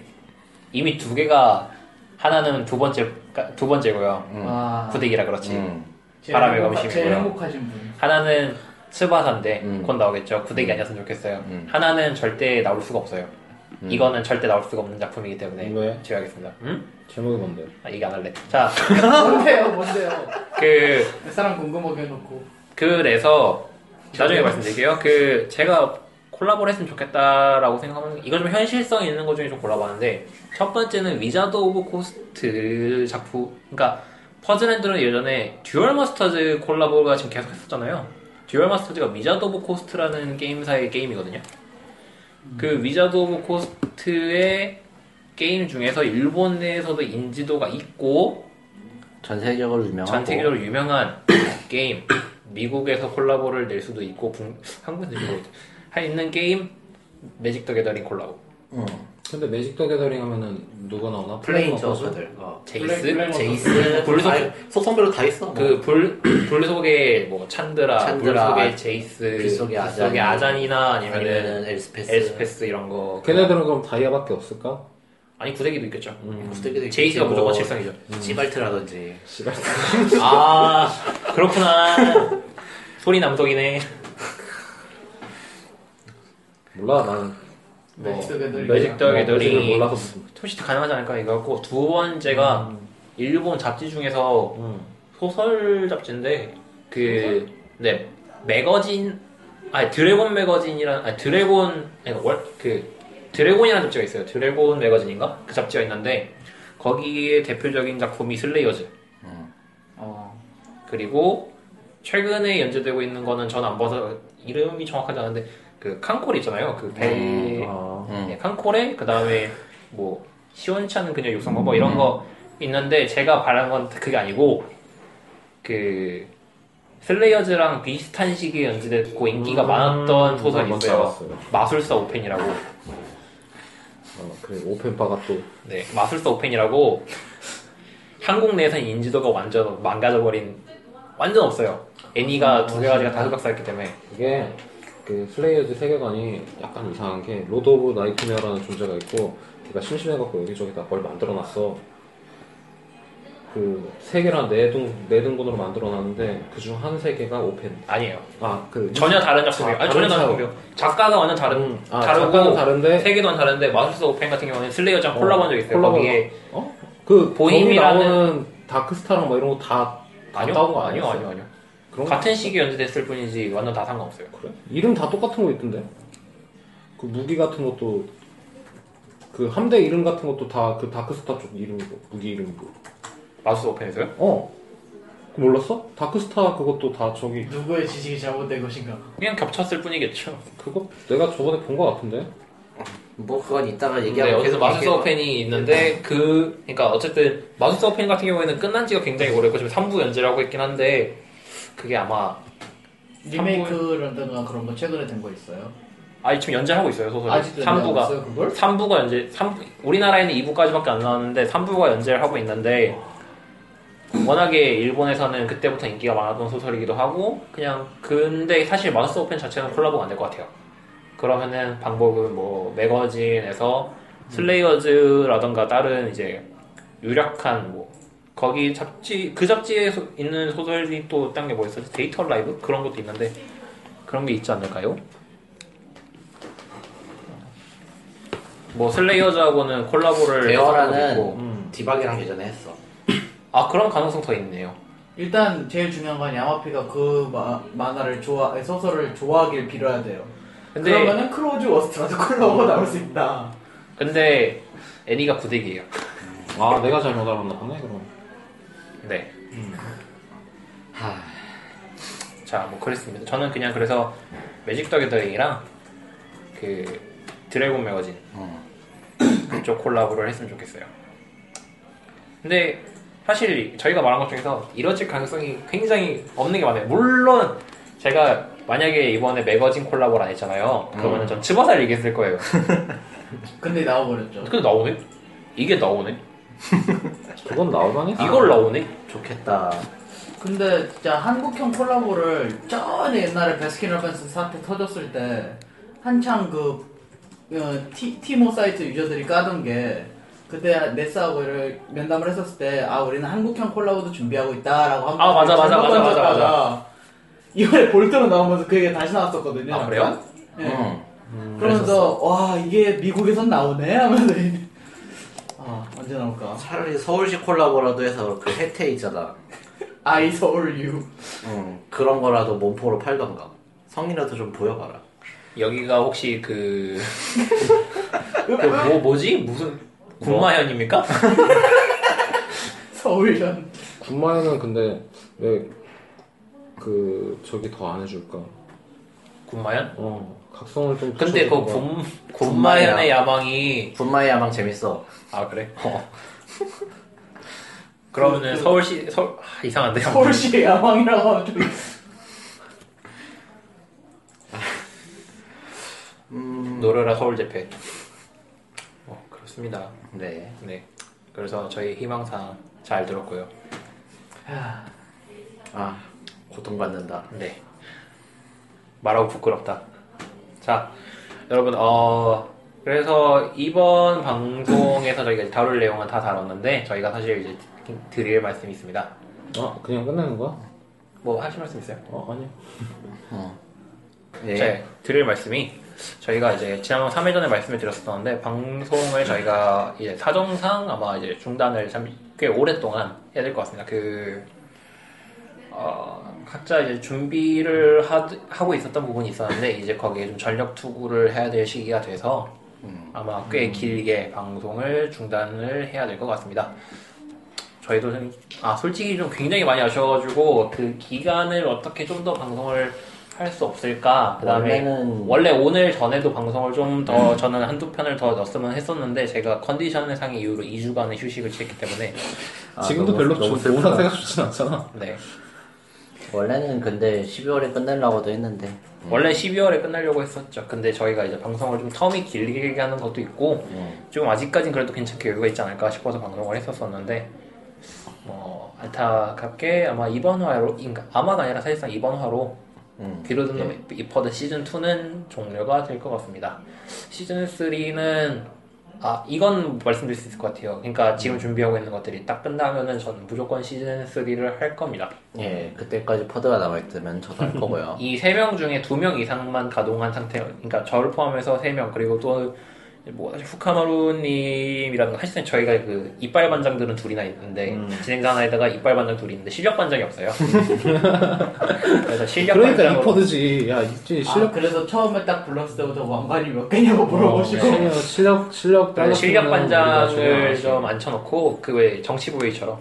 이미 두 개가 하나는 두 번째 두 번째고요.
와.
부득이라 그렇지.
아. 음.
제일
바람의
행복하-
검심이고요.
제일 행복하신 분.
하나는 스바사인데
음.
곧 나오겠죠. 구데기 아니었으면 좋겠어요.
음.
하나는 절대 나올 수가 없어요. 이거는 절대 나올 수가 없는 작품이기 때문에
왜?
제외하겠습니다. 음?
제목이 뭔데?
아, 얘기 안 할래. 자,
뭔데요 뭔데요?
그
사람 궁금하게 해놓고
그래서 나중에 말씀드릴게요. 그 제가 콜라보를 했으면 좋겠다라고 생각하면 이거 좀 현실성 있는 것 중에 좀 골라봤는데 첫 번째는 위자드 오브 코스트 작품 그러니까 퍼즐랜드는 예전에 듀얼 마스터즈 콜라보가 지금 계속 했었잖아요. 듀얼 마스터즈가 위자드 오브 코스트라는 게임사의 게임이거든요. 그 위자드 오브 코스트의 게임 중에서 일본 내에서도 인지도가 있고
전 세계적으로 유명하고.
전 세계적으로 유명한 게임 미국에서 콜라보를 낼 수도 있고 국- 한국에서 낼 수도 있고 할 있는 게임 매직 더 게더링 콜라보
응.
근데 매직 더 게더링 하면은 누가 나오나?
플레인
플레이어가
저수들. 어.
제이스
블랙-
제이스.
불소-
아, 속성별로 다 있어.
그 불, 불 속에 뭐 찬드라,
찬드라,
불 속에 제이스,
불 속의 아잔.
이나
아니면은
아니면은
엘스페스.
엘스페스 이런 거
걔네들은 그럼 다이아밖에 없을까?
아니 구데기도 있겠죠 음.
부스테기도 음. 있고,
제이스가
뭐,
무조건 칠성이죠
시발트라든지.
씨발
아 그렇구나 소리 남독이네
몰라 나는
매직 더 게더링.
매직 더
뭐 매직을
게더링
몰라서
토시트 가능하지 않을까 이거 같고 두 번째가 일본 잡지 중에서
음.
소설 잡지인데 그네 매거진 아 드래곤 매거진이란 아 드래곤 아니 월그 드래곤이라는 잡지가 있어요 드래곤 매거진인가 그 잡지가 있는데 거기에 대표적인 작품이 슬레이어즈
어.
그리고 최근에 연재되고 있는 거는 전 안 봐서 이름이 정확하지 않은데 그 칸콜 있잖아요. 그 배.
아,
음.
예, 칸콜에 그 다음에 뭐 시원찮은 그녀 육성 방법 이런 거 있는데 제가 바란 건 그게 아니고 그 슬레이어즈랑 비슷한 시기에 연재됐고 인기가
음,
많았던 소설이
뭔지
있어요.
알았어요.
마술사 오펜이라고.
어, 그래 오펜바가 또
네, 마술사 오펜이라고 한국 내에서는 인지도가 완전 망가져버린 완전 없어요. 애니가 두 개가지가 다수각사였기 때문에
이게 그 슬레이어즈 세계관이 약간 이상한 게 로드 오브 나이트메어라는 존재가 있고 걔가 심심해갖고 여기저기다 뭘 만들어놨어 그 세 개랑 네등네 등분으로 만들어놨는데 그중 한 세 개가 오펜
아니에요.
아그
전혀 다른 작품이에요.
아,
아니, 전혀 다른
다른
작품이요. 작가가 완전 다른
아,
다르고
작가는 다른데
세계도는 다른데 마술사 오펜 같은 경우는 슬레이어즈랑
어,
콜라보한 적이 있어요.
콜라보.
거기에
어? 그
보임이라는-
거기 나오는 다크스타랑 막 이런 거 다
아니요,
다운 거
아니요,
아니었어요?
아니요, 아니요.
그런 거
같은 시기 연재됐을 뿐이지 완전 다 상관없어요.
그래? 이름 다 똑같은 거 있던데 그 무기 같은 것도 그 함대 이름 같은 것도 다 그 다크스타 쪽 이름이고 무기 이름이고
마술사 오펜에서요?
어. 그거 몰랐어? 다크스타 그것도 다 저기
누구의 지식이 잘못된 것인가?
그냥 겹쳤을 뿐이겠죠.
그거 내가 저번에 본 거 같은데.
뭐 그건 이따가
네,
얘기하고
여기서 마술사
얘기해봐.
오펜이 있는데 그 그러니까 어쨌든 마술사 오펜 같은 경우에는 끝난 지가 굉장히 오래고 지금 3부 연재라고 했긴 한데 그게 아마
리메이크라든가 그런 거 최근에 된 거 있어요?
아 지금 연재하고 있어요 소설
아직도 안
3부가
나왔어요 그걸?
3부가 연재 3 우리나라에는 2부까지밖에 안 나왔는데 3부가 연재를 하고 있는데 워낙에 일본에서는 그때부터 인기가 많았던 소설이기도 하고 그냥 근데 사실 마술사 오펜 자체는 콜라보가 안 될 것 같아요. 그러면은 방법은 뭐 매거진에서 슬레이어즈라던가 다른 이제 유력한 뭐 거기 잡지 그 잡지에 소- 있는 소설이 또 딴 게 뭐 있었지 데이터 라이브 그런 것도 있는데 그런 게 있지 않을까요? 뭐 슬레이어즈하고는 콜라보를
대화라는-
했던 것도 있고. 음.
음. 디박이랑 예전에 했어.
아 그런 가능성 더 있네요.
일단 제일 중요한 건 야마피가 그 마, 만화를 좋아 소설을 좋아하길 빌어야 돼요.
근데
그러면은 크로우즈 워스트라도 콜라보가 나올 수 있다.
근데 애니가 구데기예요.
아, 내가 잘못 알았나 보네, 그럼.
네.
하,
자, 뭐 그랬습니다. 저는 그냥 그래서 매직 더 게더링이랑 그 드래곤 매거진
음.
그쪽 콜라보를 했으면 좋겠어요. 근데 사실 저희가 말한 것 중에서 이뤄질 가능성이 굉장히 없는 게 많아요. 물론 제가 만약에 이번에 매거진 콜라보를 안 했잖아요. 그러면 전 츠바사를 얘기했을 거예요.
근데 나와버렸죠.
근데 나오네? 이게 나오네?
그건 나올만 했어.
이걸 나오네?
좋겠다.
근데 진짜 한국형 콜라보를 전에 옛날에 베스킨라빈스 사태 터졌을 때 한창 그 어, 티, 티모 사이트 유저들이 까던 게 그때 네스하고 이를 면담을 했었을 때 아 우리는 한국형 콜라보도 준비하고 있다라고 한번
아, 맞아, 맞아,
잘못
맞아, 맞아,
던졌다가 이번에 볼트로 나오면서 그 얘기가 다시 나왔었거든요.
아, 그래요?
예.
음.
그러면서 와 이게 미국에선 나오네 하면서 아 언제 나올까?
차라리 서울시 콜라보라도 해서 그 혜태 있잖아.
아이 서울 유
음. 그런 거라도 몸포로 팔던가. 성이라도 좀 보여봐라.
여기가 혹시 그... 그
으,
뭐, 뭐지? 무슨 군마현입니까?
서울현
군마에는 근데 왜, 그, 저기 더 안 해줄까?
군마현?
어, 각성을 좀.
근데 그
붙여주던가.
곰, 곰마연의 야망이
분마의 야망 재밌어.
아 그래? 어. 그러면은 서울시 서울 아, 이상한데요?
서울시의 야망이라고 하면 좀
음. 노려라 서울 재패. 어 그렇습니다.
네.
네. 그래서 저희 희망사항 잘 들었고요.
아, 고통받는다.
네. 말하고 부끄럽다. 자, 여러분, 어, 그래서 이번 방송에서 저희가 이제 다룰 내용은 다 다뤘는데, 저희가 사실 이제 드릴 말씀이 있습니다.
아, 그냥 끝내는 거야?
뭐 하실 말씀 있어요?
어, 아니.
네.
제 드릴 말씀이 저희가 이제 지난번 3회 전에 말씀을 드렸었는데 방송을 저희가 이제 사정상 아마 이제 중단을 참 꽤 오랫동안 해야 될 것 같습니다. 그 어, 각자 이제 준비를 하, 하고 있었던 부분이 있었는데 이제 거기에 좀 전력 투구를 해야 될 시기가 돼서 아마 꽤 길게 방송을 중단을 해야 될 것 같습니다. 저희도 좀, 아 솔직히 좀 굉장히 많이 아쉬워가지고 그 기간을 어떻게 좀 더 방송을 할 수 없을까 그다음에
원래는
원래 오늘 전에도 방송을 좀 더 저는 한두 편을 더 넣었으면 했었는데 제가 컨디션 상의 이유로 2주간의 휴식을 취했기 때문에
아,
지금도
너무-
별로
너무
좋은
슬프다.
상태가 좋진 않잖아.
네
원래는 근데 12월에 끝내려고도 했는데
원래 12월에 끝내려고 했었죠. 근데 저희가 이제 방송을 좀 텀이 길게 하는 것도 있고
음.
좀 아직까진 그래도 괜찮게 여유가 있지 않을까 싶어서 방송을 했었었는데 뭐 안타깝게 아마 이번 화로 인가 아마가 아니라 사실상 이번 화로
음.
귀로 듣는 이퍼드 시즌 2는 종료가 될 것 같습니다. 시즌 3는 아 이건 말씀드릴 수 있을 것 같아요. 그러니까
음.
지금 준비하고 있는 것들이 딱 끝나면은 저는 무조건 시즌 3를 할 겁니다.
예 그때까지 퍼드가 남아있으면 저도 할 거고요
이 세 명 중에 두 명 이상만 가동한 상태, 그러니까 저를 포함해서 세 명, 그리고 또, 뭐, 사실 후카마루님이라는, 사실상 저희가 그, 이빨 반장들은 둘이나 있는데,
음.
진행자 하나에다가 이빨 반장 둘이 있는데, 실력 반장이 없어요. 그래서 실력
그러니까
반장으로.
리퍼드지. 야 이제 실력
아, 그래서 처음에 딱 불렀을 때부터 왕관이 몇 개냐고 물어보시고 네.
어, 실력 실력 실력
그래서 네, 실력
따졌으면은 우리가
반장을
중요하지.
좀 앉혀놓고, 그 왜 정치부회처럼.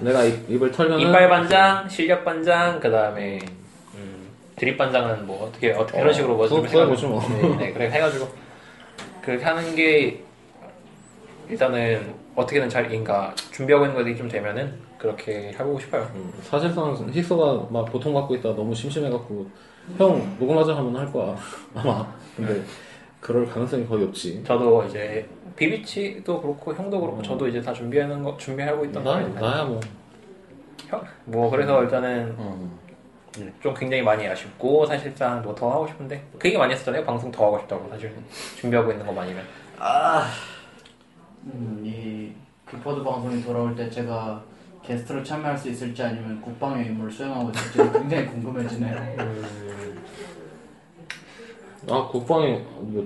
내가 입, 입을 털면은
이빨 반장, 실력 반장, 그 다음에, 드립 반장은 뭐, 어떻게, 어떻게, 이런 식으로 뭐,
그거-
좀
그거
해가지고.
보지 뭐.
네, 네, 그래 해가지고 그렇게 하는 게 일단은 어떻게든 잘 인가 준비하고 있는 것들이 좀 되면은 그렇게 해보고 싶어요.
음. 사실상 희소가 막 보통 갖고 있다 너무 심심해갖고 형 녹음하자 하면 할 거야 아마 근데 그럴 가능성이 거의 없지
저도 이제 비비치도 그렇고 형도 그렇고 저도 이제 다 준비하는 거 준비하고 있던
음. 나,
거니까
나야 뭐
뭐 그래서 일단은
어.
음.
음, 좀 굉장히 많이 아쉽고 사실상 뭐 더 하고 싶은데 그 얘기 많이 했었잖아요 방송 더 하고 싶다고 사실 준비하고 있는 거 많이면
음, 이 기포드 방송이 돌아올 때 제가 게스트로 참여할 수 있을지 아니면 국방의 임무를 수행하고 있을지 굉장히 궁금해지네요.
아 국방에 뭐,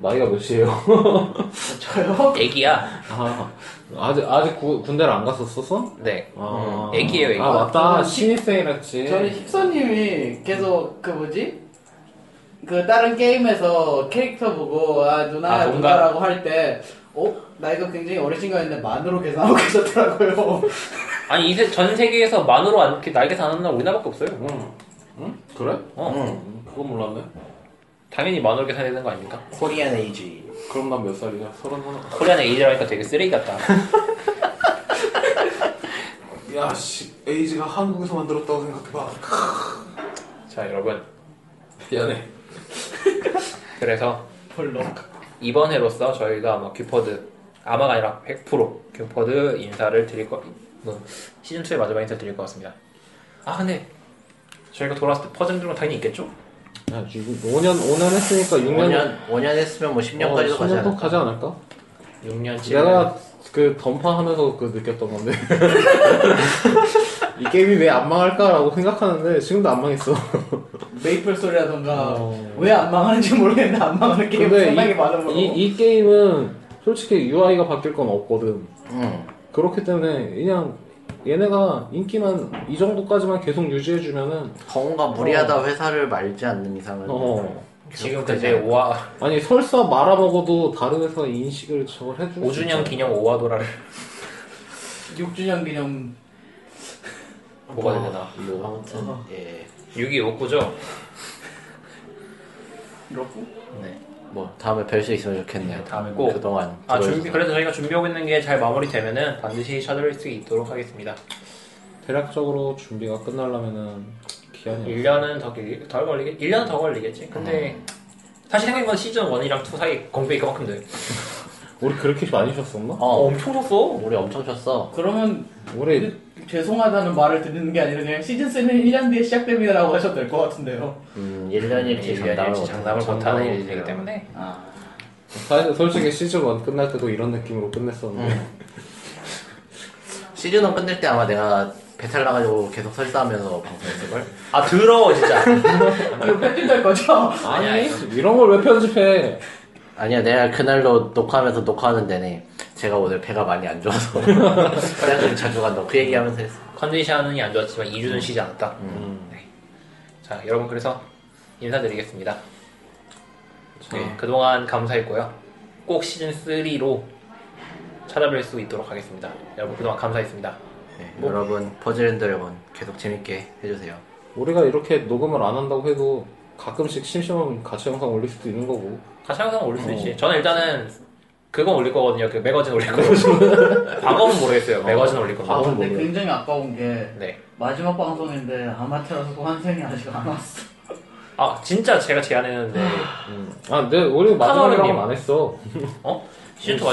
나이가 몇이에요?
저요?
애기야
아, 아직 아직 구- 군대를 안 갔었었어?
네
아,
애기예요, 애기.
아 맞다
저는
신입생이랬지
저는 힙서님이 계속 그 뭐지? 그 다른 게임에서 캐릭터 보고 아 누나
아,
야
동갑.
누나라고 할 때 어? 나이가 굉장히 어리신 거 했는데 만으로 계산하고 계셨더라고요.
아니 이제 전 세계에서 만으로 안 이렇게 날개 다는 나 우리나라밖에 없어요.
응. 응? 그래?
어
음.
응, 그거 몰랐네
당연히 만으로 계산해야 되는 거 아닙니까?
코리안 에이지
그럼 난 몇 살이냐? 서른 하나
코리안 에이즈라니까 되게 쓰레기 같다.
야씨 에이지가 한국에서 만들었다고 생각해봐
자, 여러분.
미안해
그래서
별로.
이번 해로서 저희가 뭐 규퍼드, 아마가 아니라 100% 규퍼드 인사를 드릴 거, 뭐, 시즌2의 마지막 인사를 드릴 것 같습니다. 아, 근데 저희가 돌아왔을 때 퍼즐들은 당연히 있겠죠?
야 지금 5년 5년 했으니까 6년
5년, 5년 했으면 뭐 10년까지도 가지
어, 10년 또
않을까
가지 않을까?
6년, 7년.
내가 그 던파하면서 그 느꼈던 건데 이 게임이 왜 안 망할까라고 생각하는데 지금도 안 망했어.
메이플 소리라던가
어.
왜 안 망하는지 모르겠는데 안 망하는 게임 상당히 많은 거고.
이, 이, 이 게임은 솔직히 UI가 바뀔 건 없거든.
음.
그렇기 때문에 그냥 얘네가 인기만 이 정도까지만 계속 유지해주면은
건우가 무리하다 회사를 말지 않는 이상은
어
지금
계속
근데
되지
5화,
아니 설사 말아먹어도 다른 회사 인식을 저걸 해주고
5주년 기념 5화 도라를
6주년 기념
뭐가 되려나.
뭐 아무튼 예.
6이 5구죠?
이렇고
네.
뭐 다음에 뵐 수 있으면 좋겠네요
다음에 꼭.
그동안
아,
들어주셔서.
준비, 그래도 저희가 준비하고 있는 게 잘 마무리되면은 반드시 찾아뵐 수 있도록 하겠습니다.
대략적으로 준비가 끝나려면은 기한이
1년은 더, 길, 덜 걸리겠, 1년은 더 걸리겠지. 근데, 사실 생각해보면 시즌 1이랑 2 사이 공백이 그만큼 돼.
우리 그렇게 많이 쉬었었나?
어,
어
엄청 졌어.
우리 엄청 쳤어
그러면
우리
죄송하다는 말을 듣는 게 아니라 그냥 시즌 3는 1년 뒤에 시작됩니다라고 하셔도 될 것 같은데요.
음 1년일치 장담을 못
장담을
장담을
못하는 일이기
못해요.
때문에.
아
사실 솔직히 시즌 1 끝날 때도 이런 느낌으로 끝냈었는데
시즌 1 끝낼 때 아마 내가 배탈 나가지고 계속 설사하면서 방송했을걸?
아, 더러워, 진짜.
이거 편집될 거죠?
아니, 아니.
이런 걸 왜 편집해?
아니야 내가 그날로 녹화하면서 녹화하는 데네 제가 오늘 배가 많이 안 좋아서 화장실 자주 간다고 그 얘기하면서 했어
컨디션이 안 좋았지만 2주는 쉬지 않았다. 네. 자, 여러분, 그래서 인사드리겠습니다. 네, 그동안 감사했고요. 꼭 시즌 3로 찾아뵐 수 있도록 하겠습니다. 여러분 그동안 감사했습니다.
네,
뭐?
여러분 퍼즐 앤 드래곤 계속 재밌게 해주세요.
우리가 이렇게 녹음을 안 한다고 해도 가끔씩 심심하면 같이 영상 올릴 수도 있는 거고
다시 항상 올릴 수
어.
있지. 저는 일단은 그건 올릴 거거든요. 그 매거진 올릴 거거든요. 과거는 모르겠어요. 매거진 올릴
아
겁니다.
과거.
근데
뭐예요?
굉장히 아까운 게
네.
마지막 방송인데 아마테라스 환생이 아직 안 왔어.
아 진짜 제가 제안했는데
음. 아 근데 우리
카메라님.
마지막이라고 안 했어
어 시즌 2
시즌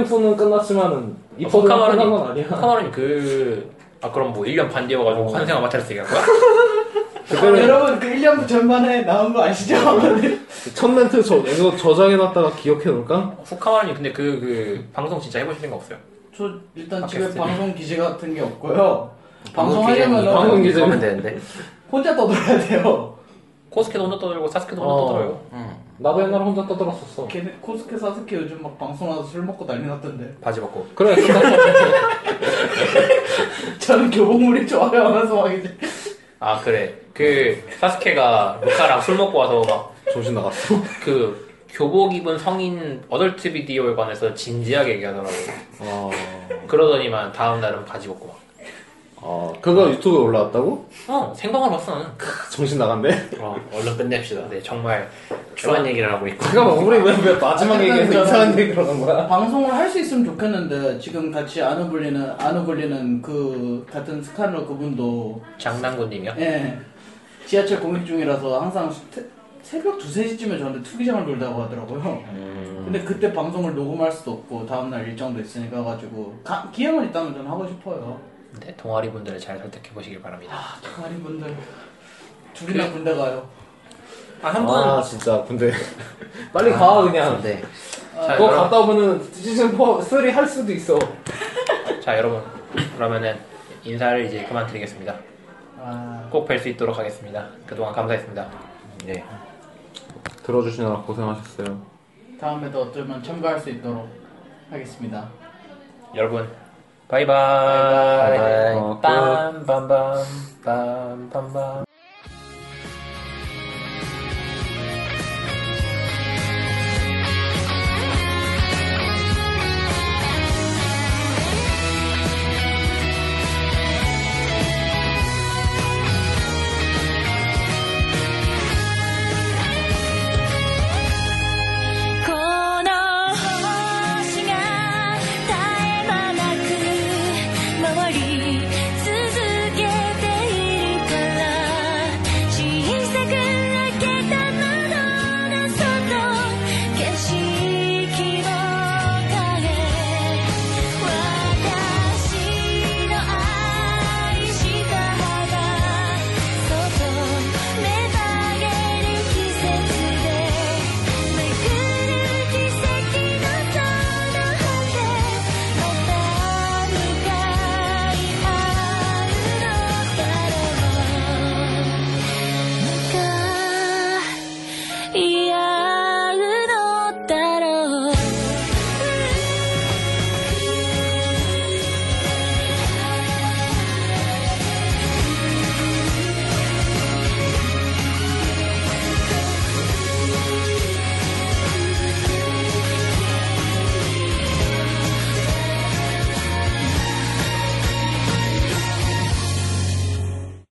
마지막이니까.
4는 끝났지만은 이
아,
퍼즐은
카메라님.
끝난 건 아니야
카마로님 그아 그럼 뭐 1년 반 뒤여가지고
어.
환생 아마테라스 얘기한 거야?
그거는
여러분 그 1년 전반에 나온 거 아시죠?
첫 멘트 저, 이거 저장해놨다가 기억해 놓을까?
후카마로님 근데 그 그 방송 진짜 해보시는 거 없어요?
저 일단 집에
팟캐스트.
방송 기지 같은 게 없고요.
기재는
방송하려면
방송
이거
기재는-
하면 되는데.
혼자 떠들어야 돼요.
코스케도 혼자 떠들고 사스케도 혼자
어.
떠들어요.
음.
나도 옛날에 혼자 떠들었었어
걔네 코스케 사스케 요즘 막 방송하다 술 먹고 난리 났던데.
바지 벗고.
그래
저는 교복물이 좋아요 하면서 막 이제
아 그래 그 사스케가 루카랑 술 먹고 와서 막
정신 나갔어
그 교복 입은 성인 어덜트 비디오에 관해서 진지하게 얘기하더라고. 요
아,
그러더니만 다음 날은 바지 벗고 막.
아 그거 유튜브에 올라왔다고?
어 생방을 봤어 나는.
정신 나갔네
어.
얼른 끝냅시다.
네 정말
추한 얘기를 하고 있고.
잠깐만 뭐 우리 왜, 왜 마지막 얘기에서 이상한 얘기를 하는 거야?
아, 방송을 할 수 있으면 좋겠는데 지금 같이 안 어울리는 안 어울리는 그 같은 스카너 그분도
장난꾼님이야.
예 지하철 공익 중이라서 항상 태- 새벽 두세 시쯤에 저한테 투기장을 돌다고 하더라고요. 근데 그때 방송을 녹음할 수도 없고 다음날 일정도 있으니까 가지고 가- 기회만 있다면 저는 하고 싶어요.
네 동아리 분들을 잘 선택해 보시길 바랍니다.
아 동아리 분들 둘이나 군대 가요.
아한 분.
아 진짜 근데 아, 빨리 가 그냥
네.
자,
그거
여러분,
갔다 오면은 시즌 4, 3 할 수도 있어
자 여러분 그러면은 인사를 이제 그만 드리겠습니다.
아,
꼭 뵐 수 있도록 하겠습니다. 그동안 감사했습니다.
네.
들어주시느라 고생하셨어요
다음에도 어쩌면 참가할 수 있도록 하겠습니다.
여러분 바이바이.
네, 어,
바이바이.
빰빰빰 빰빰빰.